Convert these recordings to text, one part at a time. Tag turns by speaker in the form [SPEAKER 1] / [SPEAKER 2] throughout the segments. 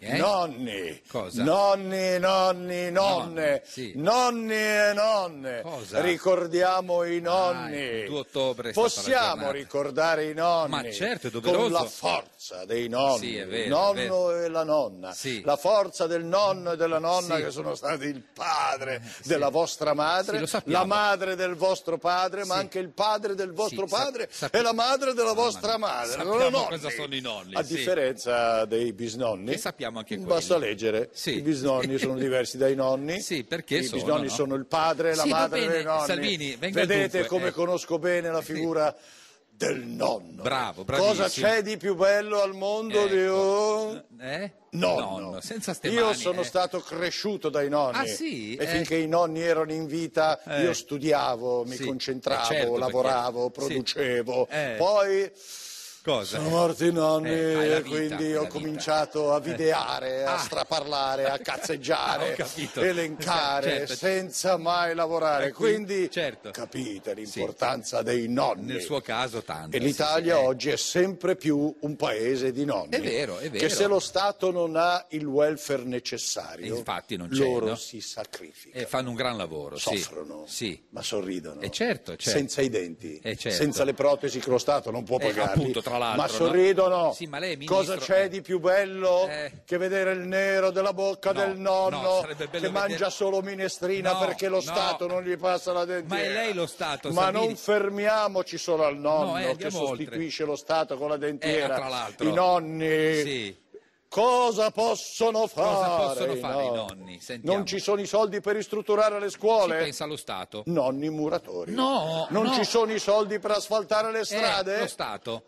[SPEAKER 1] Eh?
[SPEAKER 2] nonni,
[SPEAKER 1] Cosa?
[SPEAKER 2] nonni, nonni, nonne,
[SPEAKER 1] sì.
[SPEAKER 2] nonni e nonne.
[SPEAKER 1] Cosa? Ah,
[SPEAKER 2] Ricordiamo i
[SPEAKER 1] il
[SPEAKER 2] nonni.
[SPEAKER 1] 2 ottobre è stata la
[SPEAKER 2] Possiamo
[SPEAKER 1] giornata.
[SPEAKER 2] ricordare i nonni.
[SPEAKER 1] Ma certo, è doveroso.
[SPEAKER 2] Con la forza dei nonni.
[SPEAKER 1] Sì, è vero,
[SPEAKER 2] il
[SPEAKER 1] è
[SPEAKER 2] nonno
[SPEAKER 1] vero.
[SPEAKER 2] e la nonna.
[SPEAKER 1] Sì.
[SPEAKER 2] La forza del nonno e della nonna
[SPEAKER 1] Sì.
[SPEAKER 2] che sono stati il padre della vostra
[SPEAKER 1] Sì,
[SPEAKER 2] madre,
[SPEAKER 1] lo sappiamo.
[SPEAKER 2] la madre del vostro padre, ma
[SPEAKER 1] Sì.
[SPEAKER 2] anche il padre del vostro
[SPEAKER 1] Sì, sa-
[SPEAKER 2] padre
[SPEAKER 1] sapp-
[SPEAKER 2] e la madre della vostra madre.
[SPEAKER 1] Sappiamo
[SPEAKER 2] Sono nonni.
[SPEAKER 1] cosa sono i nonni,
[SPEAKER 2] A
[SPEAKER 1] sì.
[SPEAKER 2] differenza dei bisnonni.
[SPEAKER 1] E sappiamo anche quelli.
[SPEAKER 2] Basta leggere.
[SPEAKER 1] Sì.
[SPEAKER 2] I bisnonni sono diversi dai nonni.
[SPEAKER 1] Sì, perché
[SPEAKER 2] I
[SPEAKER 1] sono,
[SPEAKER 2] bisnonni
[SPEAKER 1] no?
[SPEAKER 2] sono il padre e la
[SPEAKER 1] Sì, va
[SPEAKER 2] madre
[SPEAKER 1] bene,
[SPEAKER 2] dei nonni.
[SPEAKER 1] Salvini, venga al
[SPEAKER 2] Vedete
[SPEAKER 1] dunque,
[SPEAKER 2] come
[SPEAKER 1] ecco.
[SPEAKER 2] conosco bene la figura del nonno.
[SPEAKER 1] Bravo, bravissimo.
[SPEAKER 2] Cosa c'è di più bello al mondo di un
[SPEAKER 1] Ecco. Eh?
[SPEAKER 2] nonno?
[SPEAKER 1] senza ste
[SPEAKER 2] io
[SPEAKER 1] mani,
[SPEAKER 2] sono
[SPEAKER 1] eh.
[SPEAKER 2] stato cresciuto dai nonni
[SPEAKER 1] Ah, sì?
[SPEAKER 2] e
[SPEAKER 1] Eh.
[SPEAKER 2] finché i nonni erano in vita
[SPEAKER 1] Eh.
[SPEAKER 2] io studiavo, mi
[SPEAKER 1] Sì,
[SPEAKER 2] concentravo,
[SPEAKER 1] eh, certo, perché-
[SPEAKER 2] lavoravo,
[SPEAKER 1] sì.
[SPEAKER 2] producevo.
[SPEAKER 1] Eh.
[SPEAKER 2] Poi
[SPEAKER 1] Cosa?
[SPEAKER 2] sono morti i nonni
[SPEAKER 1] Eh, hai la
[SPEAKER 2] e
[SPEAKER 1] vita, hai
[SPEAKER 2] quindi
[SPEAKER 1] la
[SPEAKER 2] ho
[SPEAKER 1] vita.
[SPEAKER 2] cominciato a videare, a
[SPEAKER 1] Ah.
[SPEAKER 2] straparlare, a
[SPEAKER 1] Ah, ho
[SPEAKER 2] cazzeggiare,
[SPEAKER 1] capito.
[SPEAKER 2] elencare
[SPEAKER 1] Certo.
[SPEAKER 2] senza mai
[SPEAKER 1] Eh,
[SPEAKER 2] lavorare.
[SPEAKER 1] qui-
[SPEAKER 2] Quindi
[SPEAKER 1] certo.
[SPEAKER 2] capite
[SPEAKER 1] Sì.
[SPEAKER 2] l'importanza dei nonni.
[SPEAKER 1] Nel suo caso tanto.
[SPEAKER 2] E
[SPEAKER 1] sì,
[SPEAKER 2] l'Italia
[SPEAKER 1] sì, eh.
[SPEAKER 2] oggi è sempre più un paese di nonni.
[SPEAKER 1] È vero, è vero.
[SPEAKER 2] Che se lo Stato non ha il welfare necessario,
[SPEAKER 1] E infatti non c'è,
[SPEAKER 2] loro
[SPEAKER 1] no?
[SPEAKER 2] si sacrificano.
[SPEAKER 1] E eh, fanno un gran lavoro, sì.
[SPEAKER 2] Soffrono, Eh,
[SPEAKER 1] Sì.
[SPEAKER 2] ma sorridono.
[SPEAKER 1] E certo, certo.
[SPEAKER 2] Senza i denti,
[SPEAKER 1] E certo.
[SPEAKER 2] senza le protesi che lo Stato non può
[SPEAKER 1] Eh,
[SPEAKER 2] pagarli.
[SPEAKER 1] appunto, tra l'altro,
[SPEAKER 2] ma
[SPEAKER 1] no?
[SPEAKER 2] sorridono.
[SPEAKER 1] Sì, ma lei, ministro,
[SPEAKER 2] Cosa c'è
[SPEAKER 1] eh.
[SPEAKER 2] di più bello
[SPEAKER 1] Eh.
[SPEAKER 2] che vedere il nero della bocca
[SPEAKER 1] No,
[SPEAKER 2] del nonno
[SPEAKER 1] no,
[SPEAKER 2] che
[SPEAKER 1] sarebbe bello vedere-
[SPEAKER 2] mangia solo minestrina
[SPEAKER 1] No,
[SPEAKER 2] perché lo
[SPEAKER 1] no.
[SPEAKER 2] Stato non gli passa la dentiera?
[SPEAKER 1] Ma è lei lo Stato,
[SPEAKER 2] Ma
[SPEAKER 1] Salvini.
[SPEAKER 2] non fermiamoci solo al nonno
[SPEAKER 1] No, eh,
[SPEAKER 2] che
[SPEAKER 1] andiamo oltre.
[SPEAKER 2] sostituisce lo Stato con la
[SPEAKER 1] Eh,
[SPEAKER 2] dentiera.
[SPEAKER 1] tra l'altro.
[SPEAKER 2] I nonni.
[SPEAKER 1] Sì.
[SPEAKER 2] Cosa possono fare?
[SPEAKER 1] possono
[SPEAKER 2] i
[SPEAKER 1] fare i
[SPEAKER 2] nonni?
[SPEAKER 1] nonni? Sentiamo.
[SPEAKER 2] Non ci sono i soldi per ristrutturare le
[SPEAKER 1] Ci
[SPEAKER 2] scuole?
[SPEAKER 1] pensa allo Stato.
[SPEAKER 2] Nonni muratori.
[SPEAKER 1] No,
[SPEAKER 2] Non
[SPEAKER 1] no. Eh,
[SPEAKER 2] ci sono i soldi per asfaltare le strade?
[SPEAKER 1] lo Stato.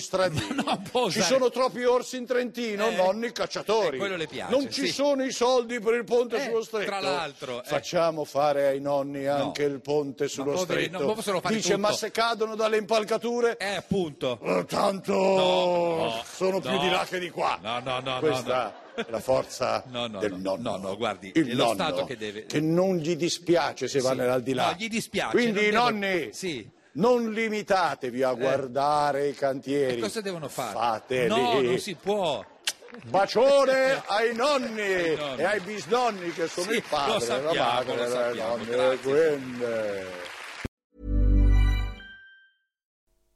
[SPEAKER 2] stradini.
[SPEAKER 1] Ma non può
[SPEAKER 2] ci
[SPEAKER 1] usare-
[SPEAKER 2] sono troppi orsi in Trentino,
[SPEAKER 1] Eh.
[SPEAKER 2] nonni cacciatori.
[SPEAKER 1] Eh, quello le piace,
[SPEAKER 2] non ci
[SPEAKER 1] sì.
[SPEAKER 2] sono i soldi per il ponte
[SPEAKER 1] Eh,
[SPEAKER 2] sullo stretto.
[SPEAKER 1] tra l'altro, eh.
[SPEAKER 2] Facciamo fare ai nonni anche il ponte sullo
[SPEAKER 1] poveri,
[SPEAKER 2] stretto.
[SPEAKER 1] non possono fare
[SPEAKER 2] Dice,
[SPEAKER 1] tutto.
[SPEAKER 2] ma se cadono dalle impalcature...
[SPEAKER 1] Eh, appunto.
[SPEAKER 2] eh, Tanto
[SPEAKER 1] no,
[SPEAKER 2] sono più
[SPEAKER 1] no.
[SPEAKER 2] di là che di qua.
[SPEAKER 1] No, no, Ah, no, no,
[SPEAKER 2] Questa
[SPEAKER 1] no.
[SPEAKER 2] è la forza
[SPEAKER 1] No, no,
[SPEAKER 2] del
[SPEAKER 1] no.
[SPEAKER 2] nonno.
[SPEAKER 1] No, no, guardi,
[SPEAKER 2] il
[SPEAKER 1] è lo
[SPEAKER 2] nonno
[SPEAKER 1] Stato che deve-
[SPEAKER 2] non gli dispiace se va nell'aldilà.
[SPEAKER 1] No, gli dispiace,
[SPEAKER 2] Quindi i
[SPEAKER 1] non devo-
[SPEAKER 2] nonni.
[SPEAKER 1] Sì. Eh.
[SPEAKER 2] Non limitatevi a guardare i cantieri.
[SPEAKER 1] E cosa devono fare?
[SPEAKER 2] Fateli.
[SPEAKER 1] No, non si può.
[SPEAKER 2] Bacione ai nonni,
[SPEAKER 1] nonni.
[SPEAKER 2] e ai bisnonni che sono
[SPEAKER 1] Sì,
[SPEAKER 2] il padre,
[SPEAKER 1] lo
[SPEAKER 2] la
[SPEAKER 1] sappiamo,
[SPEAKER 2] madre,
[SPEAKER 1] lo sappiamo,
[SPEAKER 2] le nonne,
[SPEAKER 1] grazie.
[SPEAKER 2] quindi.